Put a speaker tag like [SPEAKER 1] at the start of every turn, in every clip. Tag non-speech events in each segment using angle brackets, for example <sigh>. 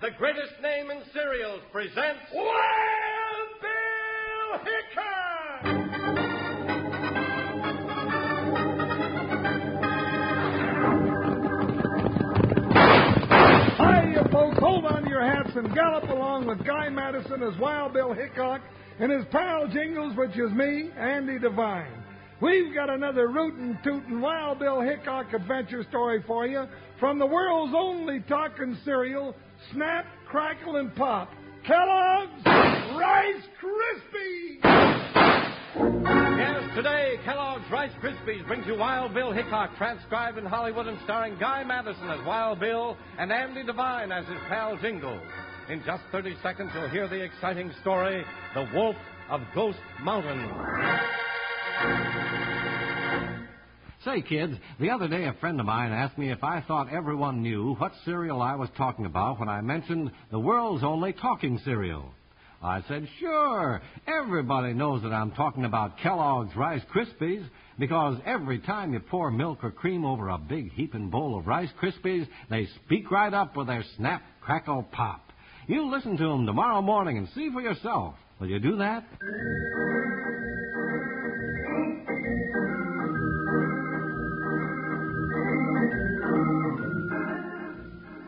[SPEAKER 1] the greatest name in cereals, presents
[SPEAKER 2] Wild Bill Hickok!
[SPEAKER 3] Hi, you folks. Hold on to your hats and gallop along with Guy Madison as Wild Bill Hickok and his pal Jingles, which is me, Andy Devine. We've got another rootin' tootin' Wild Bill Hickok adventure story for you from the world's only talking cereal, Snap, Crackle, and Pop. Kellogg's Rice Krispies!
[SPEAKER 1] Yes, today, Kellogg's Rice Krispies brings you Wild Bill Hickok, transcribed in Hollywood and starring Guy Madison as Wild Bill and Andy Devine as his pal Jingle. In just 30 seconds, you'll hear the exciting story The Wolf of Ghost Mountain. Say, kids, the other day a friend of mine asked me if I thought everyone knew what cereal I was talking about when I mentioned the world's only talking cereal. I said, sure, everybody knows that I'm talking about Kellogg's Rice Krispies because every time you pour milk or cream over a big heaping bowl of Rice Krispies, they speak right up with their snap, crackle, pop. You listen to 'em tomorrow morning and see for yourself. Will you do that?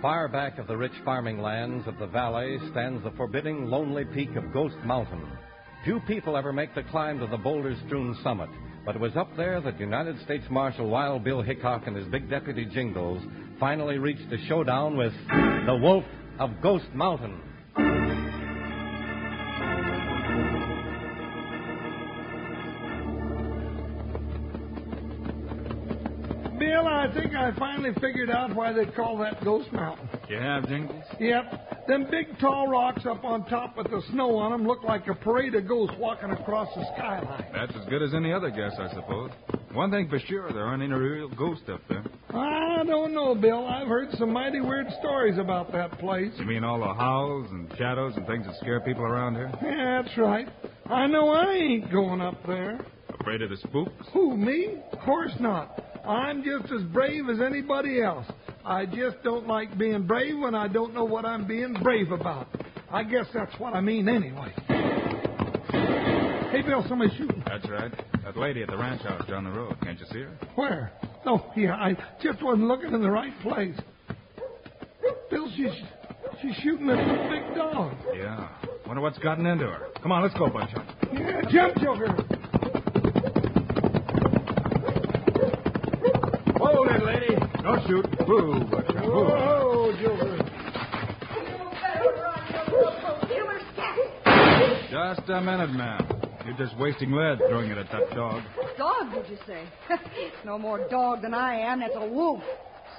[SPEAKER 1] Far back of the rich farming lands of the valley stands the forbidding, lonely peak of Ghost Mountain. Few people ever make the climb to the boulder strewn summit, but it was up there that United States Marshal Wild Bill Hickok and his big deputy Jingles finally reached a showdown with the Wolf of Ghost Mountain.
[SPEAKER 3] Bill, I think I finally figured out why they call that Ghost Mountain.
[SPEAKER 4] You have, Jingles?
[SPEAKER 3] Yep. Them big tall rocks up on top with the snow on 'em look like a parade of ghosts walking across the skyline.
[SPEAKER 4] That's as good as any other guess, I suppose. One thing for sure, there aren't any real ghosts up there.
[SPEAKER 3] I don't know, Bill. I've heard some mighty weird stories about that place.
[SPEAKER 4] You mean all the howls and shadows and things that scare people around here?
[SPEAKER 3] Yeah, that's right. I know I ain't going up there.
[SPEAKER 4] Afraid of the spooks?
[SPEAKER 3] Who, me? Of course not. I'm just as brave as anybody else. I just don't like being brave when I don't know what I'm being brave about. I guess that's what I mean anyway. Hey, Bill, somebody's shooting.
[SPEAKER 4] That's right. That lady at the ranch house down the road. Can't you see her?
[SPEAKER 3] Where? Oh, yeah, I just wasn't looking in the right place. Bill, she's she's shooting at the big dog.
[SPEAKER 4] Yeah. Wonder what's gotten into her. Come on, let's go, Bunchot.
[SPEAKER 3] Yeah, jump, Joker.
[SPEAKER 4] Hold it, lady. Don't shoot. Whoa, Buckshot. Whoa.
[SPEAKER 3] Whoa, Joker.
[SPEAKER 4] Just a minute, ma'am. You're just wasting lead throwing it at that dog.
[SPEAKER 5] Dog, did you say? <laughs> no more dog than I am. That's a wolf.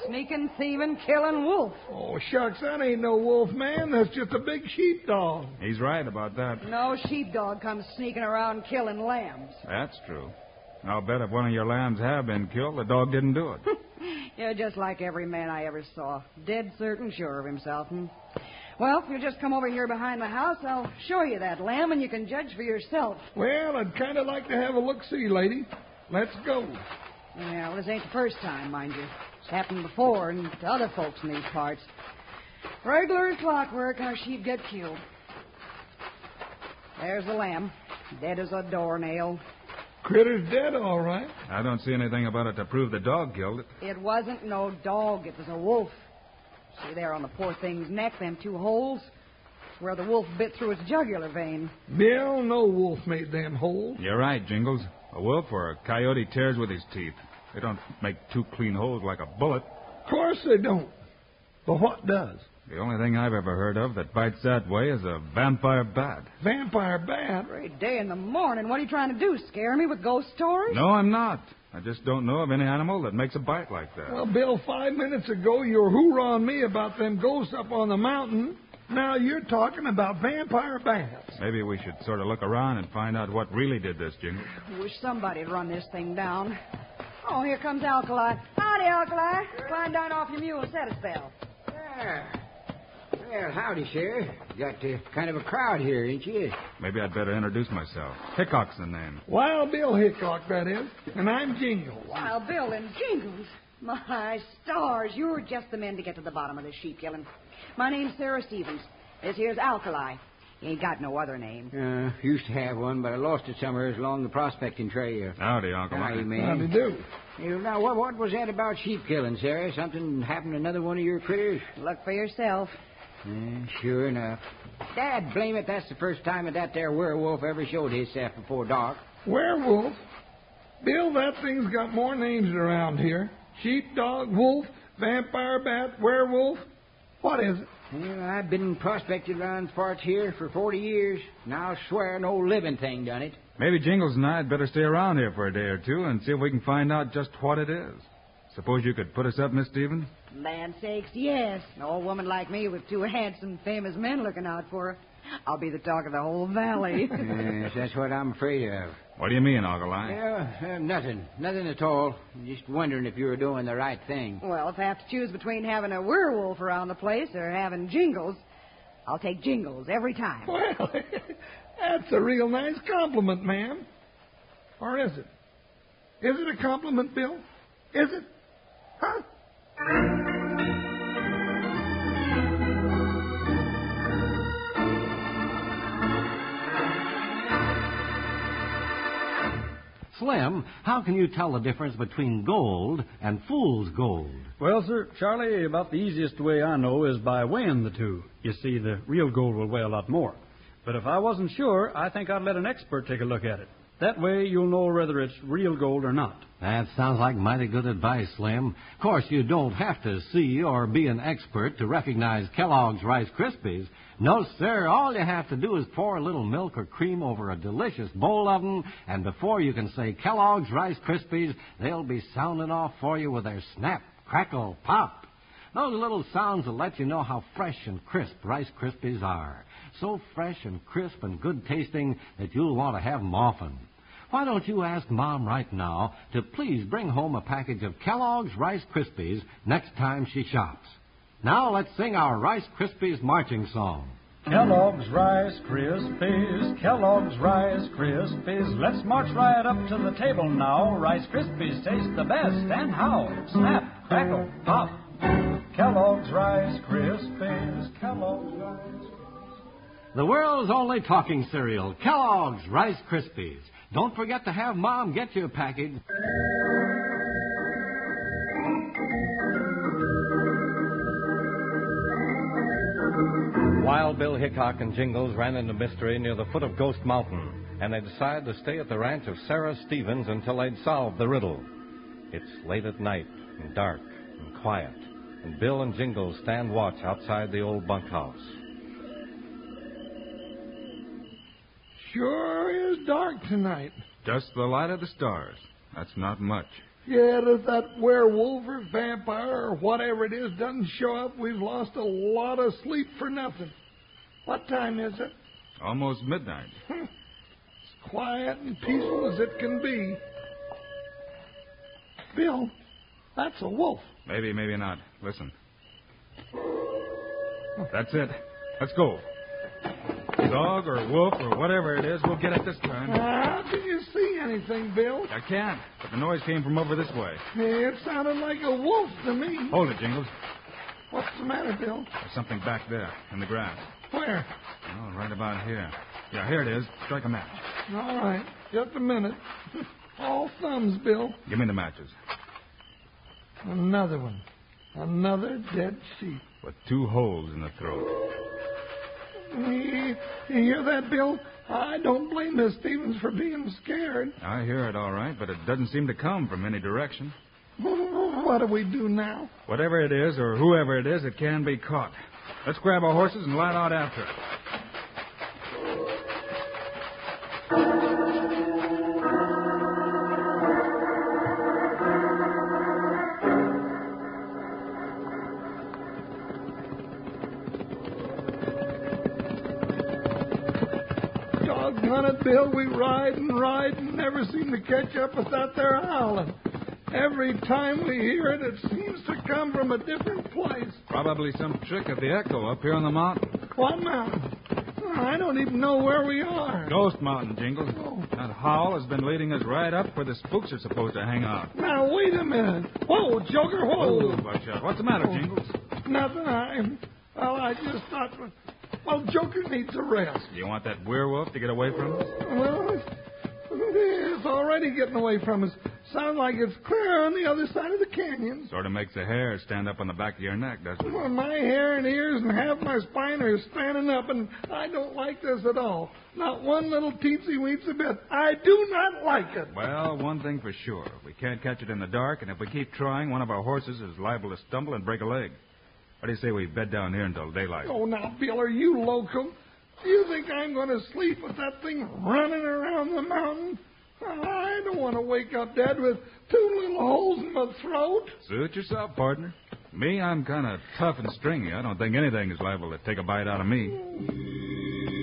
[SPEAKER 5] Sneaking, thieving, killing wolf.
[SPEAKER 3] Oh, shucks, that ain't no wolf, man. That's just a big sheepdog.
[SPEAKER 4] He's right about that.
[SPEAKER 5] No sheepdog comes sneaking around killing lambs.
[SPEAKER 4] That's true. I'll bet if one of your lambs have been killed, the dog didn't do it.
[SPEAKER 5] You're just like every man I ever saw. Dead certain sure of himself. Hmm? Well, if you just come over here behind the house, I'll show you that lamb and you can judge for yourself.
[SPEAKER 3] Well, I'd kind of like to have a look see, lady. Let's go.
[SPEAKER 5] Yeah, well, this ain't the first time, mind you. It's happened before and to other folks in these parts. Regular as clockwork, our sheep get killed. There's the lamb, dead as a doornail.
[SPEAKER 3] Critter's dead, all right.
[SPEAKER 4] I don't see anything about it to prove the dog killed it.
[SPEAKER 5] It wasn't no dog, it was a wolf. See there on the poor thing's neck, them two holes? It's where the wolf bit through its jugular vein.
[SPEAKER 3] Bill, no wolf made them holes.
[SPEAKER 4] You're right, Jingles. A wolf or a coyote tears with his teeth. They don't make two clean holes like a bullet.
[SPEAKER 3] Of course they don't. But what does?
[SPEAKER 4] The only thing I've ever heard of that bites that way is a vampire bat.
[SPEAKER 3] Vampire bat?
[SPEAKER 5] Great day in the morning. What are you trying to do? Scare me with ghost stories?
[SPEAKER 4] No, I'm not. I just don't know of any animal that makes a bite like that.
[SPEAKER 3] Well, Bill, five minutes ago you were hoorahing me about them ghosts up on the mountain. Now you're talking about vampire bats.
[SPEAKER 4] Maybe we should sort of look around and find out what really did this, Jingles.
[SPEAKER 5] Wish somebody'd run this thing down. Oh, here comes Alkali. Howdy, Alkali. Climb down off your mule and set a spell.
[SPEAKER 6] Ah. Well, howdy, sir. Got uh, kind of a crowd here, ain't you?
[SPEAKER 4] Maybe I'd better introduce myself. Hickok's the name.
[SPEAKER 3] Wild Bill Hickok, that is. And I'm Jingles.
[SPEAKER 5] Wild Bill and Jingles. My stars, you're just the men to get to the bottom of this sheep killing. My name's Sarah Stevens. This here's Alkali. You ain't got no other name.
[SPEAKER 6] Uh, used to have one, but I lost it somewhere along the prospecting trail.
[SPEAKER 4] Howdy, Uncle
[SPEAKER 6] Howdy,
[SPEAKER 4] Mike.
[SPEAKER 6] man.
[SPEAKER 3] How'd you do?
[SPEAKER 6] You- Now, what, what was that about sheep killing, Sarah? Something happened to another one of your critters?
[SPEAKER 5] Look for yourself.
[SPEAKER 6] Eh, sure enough. Dad, blame it, that's the first time that that there werewolf ever showed himself before dark.
[SPEAKER 3] Werewolf? Bill, that thing's got more names around here. Sheepdog, wolf, vampire bat, werewolf. What is it? <laughs>
[SPEAKER 6] Well, I've been prospecting around parts here for 40 years, and I'll swear no living thing done <laughs> it.
[SPEAKER 4] Maybe Jingles and I had better stay around here for a day or two and see if we can find out just what it is. Suppose you could put us up, Miss Stevens?
[SPEAKER 5] Land sakes, yes. An old woman like me with two handsome, famous men looking out for her. I'll be the talk of the whole valley.
[SPEAKER 6] yes, that's what I'm afraid of.
[SPEAKER 4] What do you mean, Uncle Ike?
[SPEAKER 6] Yeah, uh, nothing. Nothing at all. Just wondering if you were doing the right thing.
[SPEAKER 5] well, if I have to choose between having a werewolf around the place or having jingles, I'll take jingles every time.
[SPEAKER 3] Well, that's a real nice compliment, ma'am. Or is it? Is it a compliment, Bill? Is it? Huh?
[SPEAKER 1] Slim, how can you tell the difference between gold and fool's gold?
[SPEAKER 7] Well, sir, Charlie, about the easiest way I know is by weighing the two. You see, the real gold will weigh a lot more. But if I wasn't sure, I think I'd let an expert take a look at it. That way, you'll know whether it's real gold or not.
[SPEAKER 1] That sounds like mighty good advice, Slim. Of course, you don't have to see or be an expert to recognize Kellogg's Rice Krispies. No, sir. All you have to do is pour a little milk or cream over a delicious bowl of 'em, and before you can say Kellogg's Rice Krispies, they'll be sounding off for you with their snap, crackle, pop. Those little sounds will let you know how fresh and crisp Rice Krispies are. So fresh and crisp and good tasting that you'll want to have 'em often. Why don't you ask Mom right now to please bring home a package of Kellogg's Rice Krispies next time she shops? Now let's sing our Rice Krispies marching song.
[SPEAKER 7] Kellogg's Rice Krispies, Kellogg's Rice Krispies. Let's march right up to the table now. Rice Krispies taste the best, and how? Snap, crackle, pop. Kellogg's Rice Krispies, Kellogg's Rice
[SPEAKER 1] The world's only talking cereal, Kellogg's Rice Krispies. Don't forget to have Mom get you a package. Wild Bill Hickok and Jingles ran into mystery near the foot of Ghost Mountain, and they decided to stay at the ranch of Sarah Stevens until they'd solved the riddle. It's late at night, and dark, and quiet, and Bill and Jingles stand watch outside the old bunkhouse.
[SPEAKER 3] Sure is dark tonight.
[SPEAKER 4] Just the light of the stars. That's not much.
[SPEAKER 3] Yeah, if that werewolf or vampire or whatever it is doesn't show up, we've lost a lot of sleep for nothing. What time is it?
[SPEAKER 4] Almost midnight.
[SPEAKER 3] It's quiet and peaceful as it can be. Bill, that's a wolf.
[SPEAKER 4] Maybe, maybe not. Listen. That's it. Let's go. Dog or wolf or whatever it is, we'll get it this time.
[SPEAKER 3] How can Ah, you see anything, Bill?
[SPEAKER 4] I can't, but the noise came from over this way.
[SPEAKER 3] It sounded like a wolf to me.
[SPEAKER 4] Hold it, Jingles.
[SPEAKER 3] What's the matter, Bill?
[SPEAKER 4] There's something back there in the grass.
[SPEAKER 3] Where?
[SPEAKER 4] Oh, right about here. Yeah, here it is. Strike a match.
[SPEAKER 3] All right, just a minute. <laughs> All thumbs, Bill.
[SPEAKER 4] Give me the matches.
[SPEAKER 3] Another one. Another dead sheep.
[SPEAKER 4] With two holes in the throat.
[SPEAKER 3] You hear that, Bill? I don't blame Miss Stevens for being scared.
[SPEAKER 4] I hear it all right, but it doesn't seem to come from any direction.
[SPEAKER 3] What do we do now?
[SPEAKER 4] Whatever it is, or whoever it is, it can be caught. Let's grab our horses and light out after it.
[SPEAKER 3] Doggone it, Bill. We ride and ride and never seem to catch up with that there howling. Every time we hear it, it seems to come from a different place.
[SPEAKER 4] Probably some trick of the echo up here on the mountain.
[SPEAKER 3] What mountain? I don't even know where we are.
[SPEAKER 4] Ghost Mountain, Jingles. That howl has been leading us right up where the spooks are supposed to hang out.
[SPEAKER 3] Now, wait a minute. Whoa, Joker, whoa.
[SPEAKER 4] Oh, watch out. What's the matter, Jingles?
[SPEAKER 3] Nothing. I, well, I just thought, well, Joker needs a rest.
[SPEAKER 4] Do you want that werewolf to get away from us?
[SPEAKER 3] Well, it's already getting away from us. Sounds like it's clear on the other side of the canyon.
[SPEAKER 4] Sort of makes the hair stand up on the back of your neck, doesn't it?
[SPEAKER 3] Well, my hair and ears and half my spine are standing up, and I don't like this at all. Not one little teensy weensy bit. I do not like it.
[SPEAKER 4] Well, one thing for sure. We can't catch it in the dark, and if we keep trying, one of our horses is liable to stumble and break a leg. What do you say we bed down here until daylight?
[SPEAKER 3] Oh, now, Bill, are you loco? Do you think I'm going to sleep with that thing running around the mountain? I don't want to wake up dead with two little holes in my throat.
[SPEAKER 4] Suit yourself, partner. Me, I'm kind of tough and stringy. I don't think anything is liable to take a bite out of me.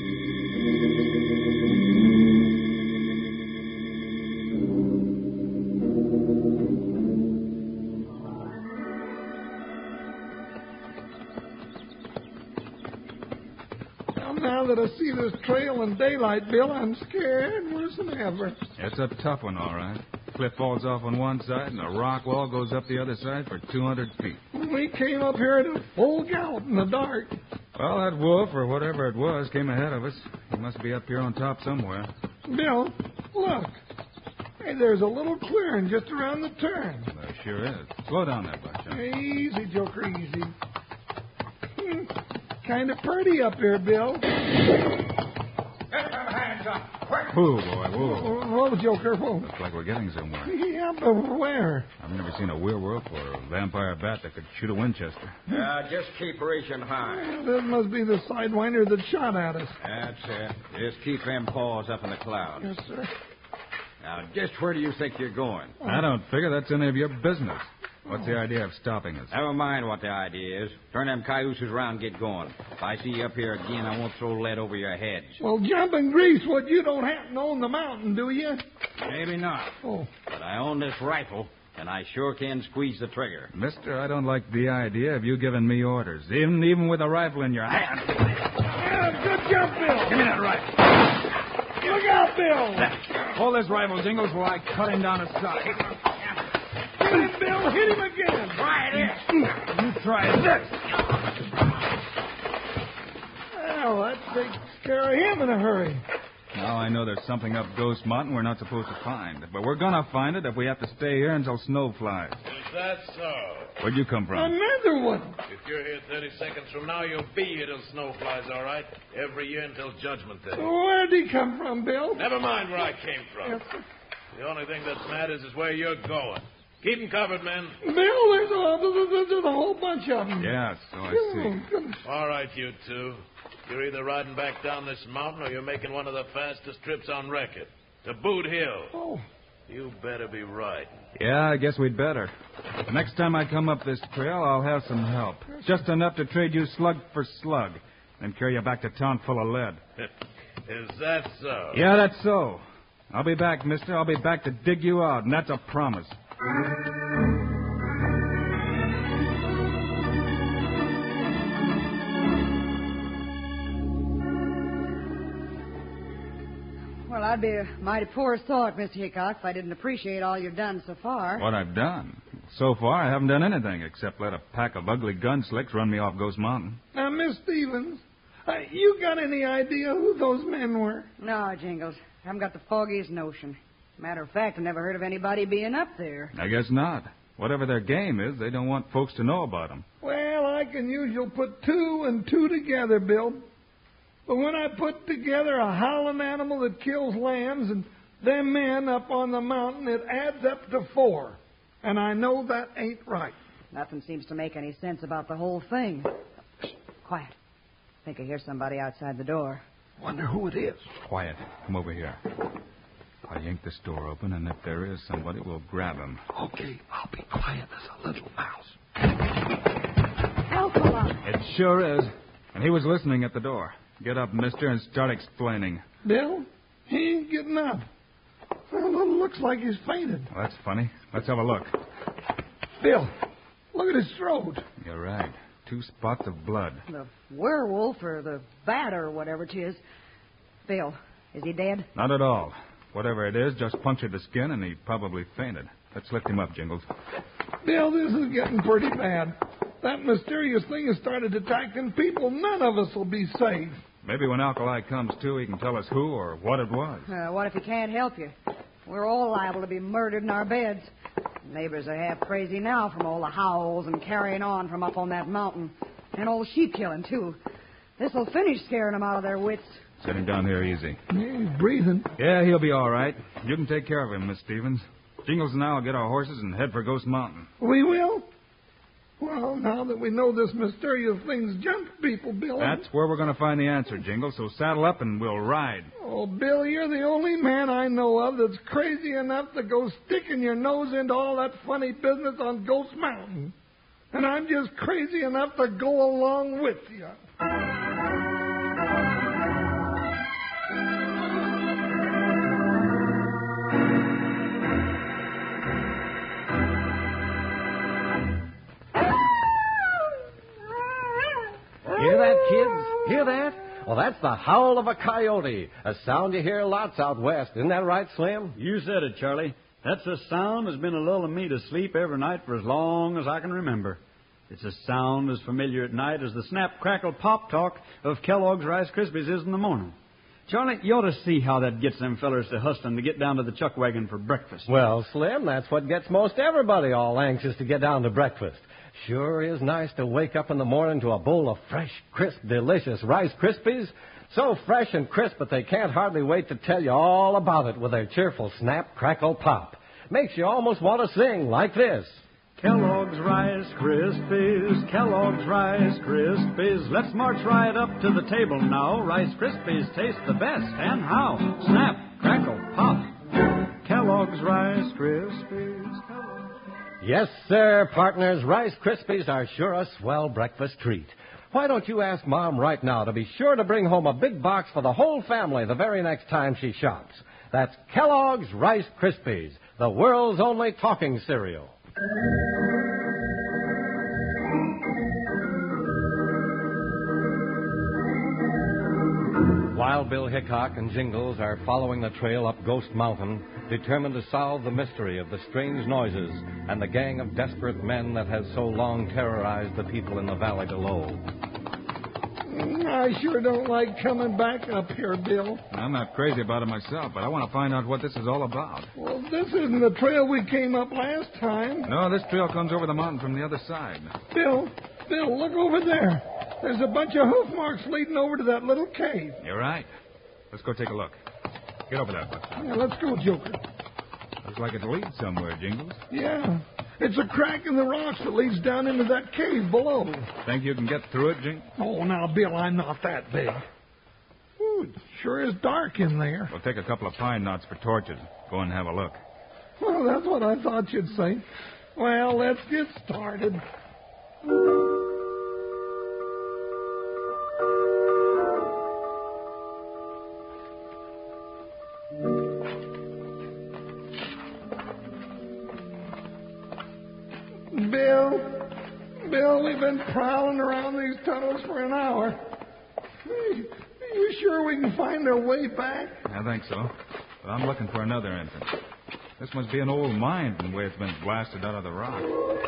[SPEAKER 3] Well, now that I see this trail in daylight, Bill, I'm scared worse than ever.
[SPEAKER 4] It's a tough one, all right. Cliff falls off on one side, and the rock wall goes up the other side for 200 feet.
[SPEAKER 3] We came up here at a full gallop in the dark.
[SPEAKER 4] Well, that wolf, or whatever it was, came ahead of us. He must be up here on top somewhere.
[SPEAKER 3] Bill, look. Hey, there's a little clearing just around the turn.
[SPEAKER 4] There sure is. Slow down there, Buckshot.
[SPEAKER 3] Easy, Joker, easy. Kind of pretty up here, Bill.
[SPEAKER 2] Get them hands up, quick!
[SPEAKER 4] Whoa, boy, whoa.
[SPEAKER 3] Whoa, Joker, whoa.
[SPEAKER 4] Looks like we're getting somewhere.
[SPEAKER 3] Yeah, but where?
[SPEAKER 4] I've never seen a werewolf or a vampire bat that could shoot a Winchester.
[SPEAKER 2] Yeah, Uh, just keep reaching high.
[SPEAKER 3] This must be the sidewinder that shot at us.
[SPEAKER 2] That's it. Just keep them paws up in the clouds.
[SPEAKER 3] Yes, sir.
[SPEAKER 2] Now, just where do you think you're going?
[SPEAKER 4] I don't figure that's any of your business. What's the idea of stopping us?
[SPEAKER 2] Never mind what the idea is. Turn them cayuses around and get going. If I see you up here again, I won't throw lead over your heads.
[SPEAKER 3] Well, jump in grease, what you don't happen to own the mountain, do you?
[SPEAKER 2] Maybe not,
[SPEAKER 3] Oh,
[SPEAKER 2] but I own this rifle, and I sure can squeeze the trigger.
[SPEAKER 4] Mister, I don't like the idea of you giving me orders, even even with a rifle in your hand.
[SPEAKER 3] Yeah, good jump, Bill.
[SPEAKER 4] Give me that rifle.
[SPEAKER 3] Look out, Bill.
[SPEAKER 4] Hold this rifle, Jingles, while I cut him down his side.
[SPEAKER 3] Hit him, Bill. Hit him again.
[SPEAKER 2] Try this!
[SPEAKER 4] You try this.
[SPEAKER 3] Well, that takes care of him in a hurry.
[SPEAKER 4] Now I know there's something up Ghost Mountain we're not supposed to find, but we're gonna find it if we have to stay here until snow flies.
[SPEAKER 8] Is that so?
[SPEAKER 4] Where'd you come from?
[SPEAKER 3] Another one.
[SPEAKER 8] If you're here 30 seconds from now, you'll be here till snow flies, all right? Every year until Judgment Day.
[SPEAKER 3] Where'd he come from, Bill?
[SPEAKER 8] Never mind where I came from. The only thing that matters is where you're going. Keep 'em covered, men.
[SPEAKER 3] Bill, there's a, there's a- there's a whole bunch of them.
[SPEAKER 4] Yeah, so oh, I see.
[SPEAKER 8] All right, you two. You're either riding back down this mountain or you're making one of the fastest trips on record to Boot Hill.
[SPEAKER 3] Oh,
[SPEAKER 8] You better be riding.
[SPEAKER 4] Yeah, I guess we'd better. Next time I come up this trail, I'll have some help. Just enough to trade you slug for slug, and carry you back to town full of lead.
[SPEAKER 8] <laughs> Is that so?
[SPEAKER 4] Yeah, that's so. I'll be back, mister. I'll be back to dig you out, and that's a promise.
[SPEAKER 5] Well, I'd be a mighty poor sort, Mr. Hickok, if I didn't appreciate all you've done so far.
[SPEAKER 4] What I've done. So far, I haven't done anything except let a pack of ugly gun slicks run me off Ghost Mountain.
[SPEAKER 3] now, Miss Stevens, uh, you got any idea who those men were?
[SPEAKER 5] No, Jingles. I haven't got the foggiest notion. Matter of fact, I've never heard of anybody being up there.
[SPEAKER 4] I guess not. Whatever their game is, they don't want folks to know about them.
[SPEAKER 3] Well, I can usually put two and two together, Bill. But when I put together a howling animal that kills lambs and them men up on the mountain, it adds up to four. And I know that ain't right.
[SPEAKER 5] Nothing seems to make any sense about the whole thing. Shh, quiet. I think I hear somebody outside the door.
[SPEAKER 3] Wonder who it is.
[SPEAKER 4] Quiet. Come over here. I'll yank this door open, and if there is somebody, we'll grab him.
[SPEAKER 3] Okay, I'll be quiet as a little mouse.
[SPEAKER 5] Alcala!
[SPEAKER 4] It sure is. And he was listening at the door. Get up, mister, and start explaining.
[SPEAKER 3] Bill, he ain't getting up. Well, it looks like he's fainted.
[SPEAKER 4] Well, that's funny. Let's have a look.
[SPEAKER 3] Bill, look at his throat.
[SPEAKER 4] You're right. Two spots of blood.
[SPEAKER 5] The werewolf or the bat or whatever it is. Bill, is he dead?
[SPEAKER 4] Not at all. Whatever it is, just punctured the skin, and he probably fainted. Let's lift him up, Jingles.
[SPEAKER 3] Bill, this is getting pretty bad. That mysterious thing has started attacking people. None of us will be safe.
[SPEAKER 4] Maybe when Alkali comes to, he can tell us who or what it was.
[SPEAKER 5] Uh, what if he can't help you? We're all liable to be murdered in our beds. Neighbors are half crazy now from all the howls and carrying on from up on that mountain. And old sheep killing, too. This'll finish scaring 'em out of their wits.
[SPEAKER 4] Set him down here easy.
[SPEAKER 3] He's breathing.
[SPEAKER 4] Yeah, he'll be all right. You can take care of him, Miss Stevens. Jingles and I'll get our horses and head for Ghost Mountain.
[SPEAKER 3] We will? Well, now that we know this mysterious thing's jumped people, Bill.
[SPEAKER 4] That's where we're going to find the answer, Jingles. So saddle up and we'll ride.
[SPEAKER 3] Oh, Bill, you're the only man I know of that's crazy enough to go sticking your nose into all that funny business on Ghost Mountain. And I'm just crazy enough to go along with you.
[SPEAKER 1] Hear that, kids? Hear that? Well, that's the howl of a coyote, a sound you hear lots out west. Isn't that right, Slim?
[SPEAKER 7] You said it, Charlie. That's a sound that's been a lulling me to sleep every night for as long as I can remember. It's a sound as familiar at night as the snap, crackle, pop talk of Kellogg's Rice Krispies is in the morning. Charlie, you ought to see how that gets them fellers to hustling to get down to the chuck wagon for breakfast.
[SPEAKER 1] Well, Slim, that's what gets most everybody all anxious to get down to breakfast. Sure is nice to wake up in the morning to a bowl of fresh, crisp, delicious Rice Krispies. So fresh and crisp that they can't hardly wait to tell you all about it with their cheerful snap, crackle, pop. Makes you almost want to sing like this.
[SPEAKER 7] Kellogg's Rice Krispies, Kellogg's Rice Krispies. Let's march right up to the table now. Rice Krispies taste the best, and how? Snap, crackle, pop. Kellogg's Rice Krispies. Kellogg's-
[SPEAKER 1] Yes, sir, partners. Rice Krispies are sure a swell breakfast treat. Why don't you ask Mom right now to be sure to bring home a big box for the whole family the very next time she shops? That's Kellogg's Rice Krispies, the world's only talking cereal. Wild Bill Hickok and Jingles are following the trail up Ghost Mountain, determined to solve the mystery of the strange noises and the gang of desperate men that has so long terrorized the people in the valley below.
[SPEAKER 3] Mm, I sure don't like coming back up here, Bill.
[SPEAKER 4] I'm not crazy about it myself, but I want to find out what this is all about.
[SPEAKER 3] Well, this isn't the trail we came up last time.
[SPEAKER 4] No, this trail comes over the mountain from the other side.
[SPEAKER 3] Bill, Bill, look over there. There's a bunch of hoof marks leading over to that little cave.
[SPEAKER 4] You're right. Let's go take a look. Get over there, Buster.
[SPEAKER 3] Yeah, let's go, Joker.
[SPEAKER 4] Looks like it leads somewhere, Jingles.
[SPEAKER 3] Yeah. It's a crack in the rocks that leads down into that cave below.
[SPEAKER 4] Think you can get through it, Jing?
[SPEAKER 3] Oh, now, Bill, I'm not that big. Ooh, it sure is dark in there.
[SPEAKER 4] We'll take a couple of pine knots for torches. Go and have a look.
[SPEAKER 3] Well, that's what I thought you'd say. Well, let's get started. Bill, Bill, we've been prowling around these tunnels for an hour. Hey, Are you sure we can find our way back?
[SPEAKER 4] I think so. But I'm looking for another entrance. This must be an old mine from where it's been blasted out of the rock.
[SPEAKER 3] Oh,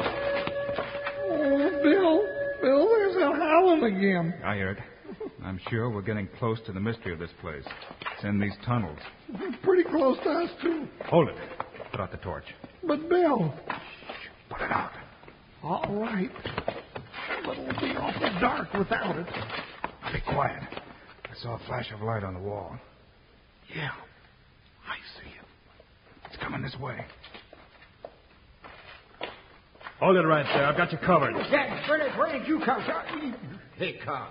[SPEAKER 3] Bill, Bill, there's a howling again.
[SPEAKER 4] I hear it. I'm sure we're getting close to the mystery of this place. It's in these tunnels.
[SPEAKER 3] Pretty close to us, too.
[SPEAKER 4] Hold it. Put out the torch.
[SPEAKER 3] But, Bill,
[SPEAKER 4] Put it out.
[SPEAKER 3] all right. But it'll be awful dark without it.
[SPEAKER 4] Now be quiet. I saw a flash of light on the wall.
[SPEAKER 3] Yeah.
[SPEAKER 4] I see it. It's coming this way. Hold it right there. I've got you covered.
[SPEAKER 6] Jack, where did, where did you come from? Hickok.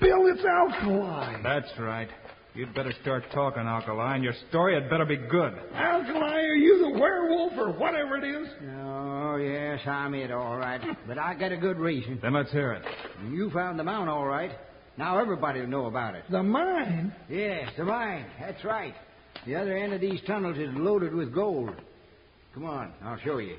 [SPEAKER 3] Bill, it's alkaline.
[SPEAKER 4] That's right. You'd better start talking, Alkali, and your story had better be good.
[SPEAKER 3] Alkali, are you the werewolf or whatever it is?
[SPEAKER 6] Oh, yes, I'm it, all right. But I got a good reason.
[SPEAKER 4] Then let's hear it.
[SPEAKER 6] You found the mount, all right. Now everybody will know about it.
[SPEAKER 3] The mine.
[SPEAKER 6] Yes, the mine. That's right. The other end of these tunnels is loaded with gold. Come on, I'll show you.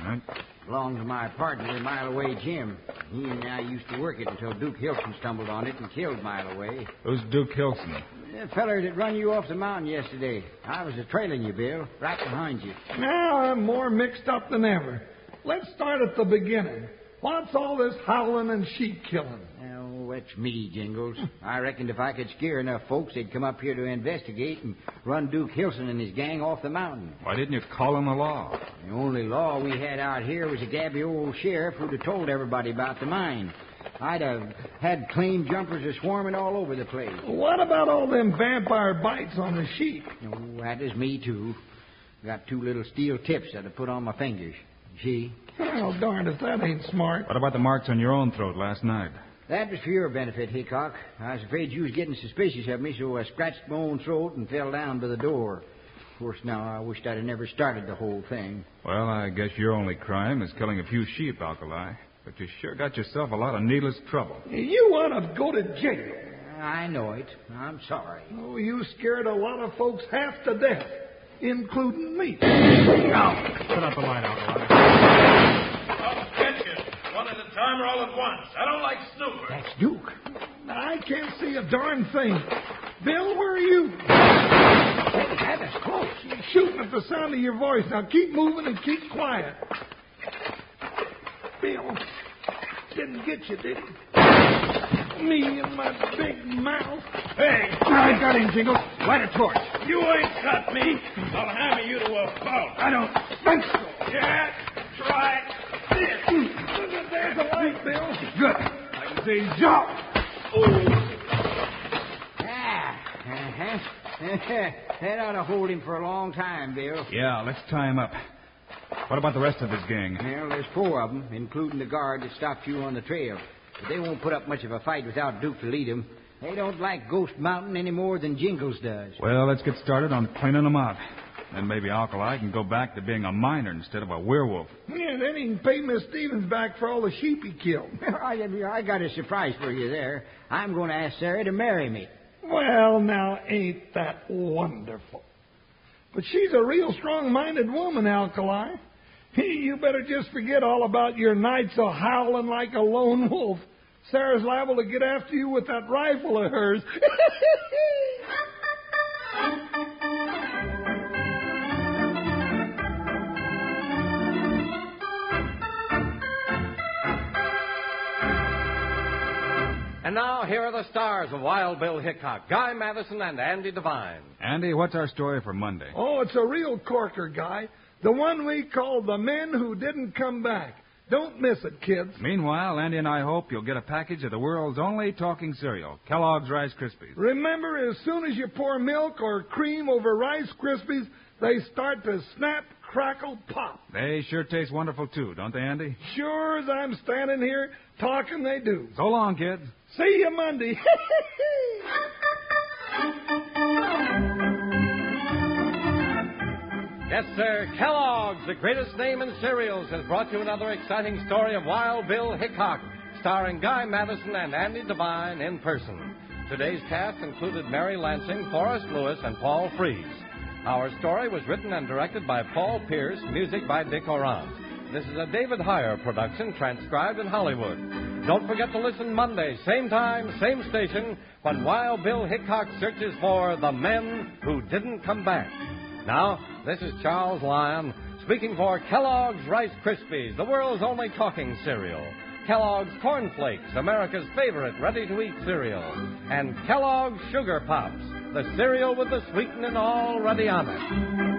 [SPEAKER 4] All right.
[SPEAKER 6] Belonged to my partner, Mile Away Jim. He and I used to work it until Duke Hilton stumbled on it and killed Mile Away.
[SPEAKER 4] Who's Duke Hilson?
[SPEAKER 6] The feller that run you off the mountain yesterday. I was a trailing you, Bill, right behind you.
[SPEAKER 3] Now I'm more mixed up than ever. Let's start at the beginning. What's all this howling and sheep killing?
[SPEAKER 6] Oh, that's me, Jingles. <laughs> I reckoned if I could scare enough folks, they'd come up here to investigate and run Duke Hilson and his gang off the mountain.
[SPEAKER 4] Why didn't you call on the law?
[SPEAKER 6] The only law we had out here was a gabby old sheriff who'd have told everybody about the mine. I'd have had claim jumpers a swarming all over the place.
[SPEAKER 3] What about all them vampire bites on the sheep?
[SPEAKER 6] Oh, that is me, too. Got two little steel tips that I put on my fingers. See?
[SPEAKER 3] Well, darned if that ain't smart.
[SPEAKER 4] What about the marks on your own throat last night?
[SPEAKER 6] That was for your benefit, Hickok. I was afraid you was getting suspicious of me, so I scratched my own throat and fell down by the door. Of course, now I wished I'd have never started the whole thing.
[SPEAKER 4] Well, I guess your only crime is killing a few sheep, Alkali. But you sure got yourself a lot of needless trouble.
[SPEAKER 3] You ought to go to jail.
[SPEAKER 6] I know it. I'm sorry.
[SPEAKER 3] Oh, you scared a lot of folks half to death, including me.
[SPEAKER 4] Put up the line, Alkali.
[SPEAKER 8] I'll get you. One at a time or all at once. I don't like snoopers.
[SPEAKER 6] That's Duke.
[SPEAKER 3] I can't see a darn thing. Bill, where are you?
[SPEAKER 6] That is close.
[SPEAKER 3] Shooting at the sound of your voice. Now keep moving and keep quiet. Bill, didn't get you, did he? Me and my big mouth.
[SPEAKER 8] Hey,
[SPEAKER 3] I got him, Jingles. Light a torch.
[SPEAKER 8] you ain't got me. I'll hammer you to a pulp.
[SPEAKER 3] I don't think so.
[SPEAKER 8] Yeah, try this.
[SPEAKER 3] There's a light, Bill. Good. I can see job.
[SPEAKER 6] Ah, uh-huh. <laughs> that ought to hold him for a long time, Bill.
[SPEAKER 4] Yeah, let's tie him up. What about the rest of his gang?
[SPEAKER 6] Well, there's four of 'em, including the guard that stopped you on the trail. But they won't put up much of a fight without Duke to lead 'em. They don't like Ghost Mountain any more than Jingles does.
[SPEAKER 4] Well, let's get started on cleaning them out. Then maybe Alkali can go back to being a miner instead of a werewolf.
[SPEAKER 3] Yeah, then he can pay Miss Stevens back for all the sheep he killed. <laughs>
[SPEAKER 6] I, I got a surprise for you there. I'm going to ask Sarah to marry me.
[SPEAKER 3] Well, now, ain't that wonderful? But she's a real strong minded woman, Alkali. <laughs> You better just forget all about your nights of howling like a lone wolf. Sarah's liable to get after you with that rifle of hers. <laughs>
[SPEAKER 1] And now, here are the stars of Wild Bill Hickok, Guy Madison, and Andy Devine.
[SPEAKER 4] Andy, what's our story for Monday?
[SPEAKER 3] oh, it's a real corker, guy. The one we call The Men Who Didn't Come Back. Don't miss it, kids.
[SPEAKER 4] Meanwhile, Andy and I hope you'll get a package of the world's only talking cereal, Kellogg's Rice Krispies.
[SPEAKER 3] Remember, as soon as you pour milk or cream over Rice Krispies, they start to snap, crackle, pop.
[SPEAKER 4] They sure taste wonderful, too, don't they, Andy?
[SPEAKER 3] Sure as I'm standing here talking, they do.
[SPEAKER 4] So long, kids.
[SPEAKER 3] See you Monday. <laughs>
[SPEAKER 1] Yes, sir. Kellogg's, the greatest name in cereals, has brought you another exciting story of Wild Bill Hickok, starring Guy Madison and Andy Devine in person. Today's cast included Mary Lansing, Forrest Lewis, and Paul Fries. Our story was written and directed by Paul Pierce, music by Dick Oran. This is a David Heyer production, transcribed in Hollywood. Don't forget to listen Monday, same time, same station, when Wild Bill Hickok searches for the men who didn't come back. Now, this is Charles Lyon speaking for Kellogg's Rice Krispies, the world's only talking cereal. Kellogg's Corn Flakes, America's favorite ready to eat cereal. And Kellogg's Sugar Pops, the cereal with the sweetening already on it.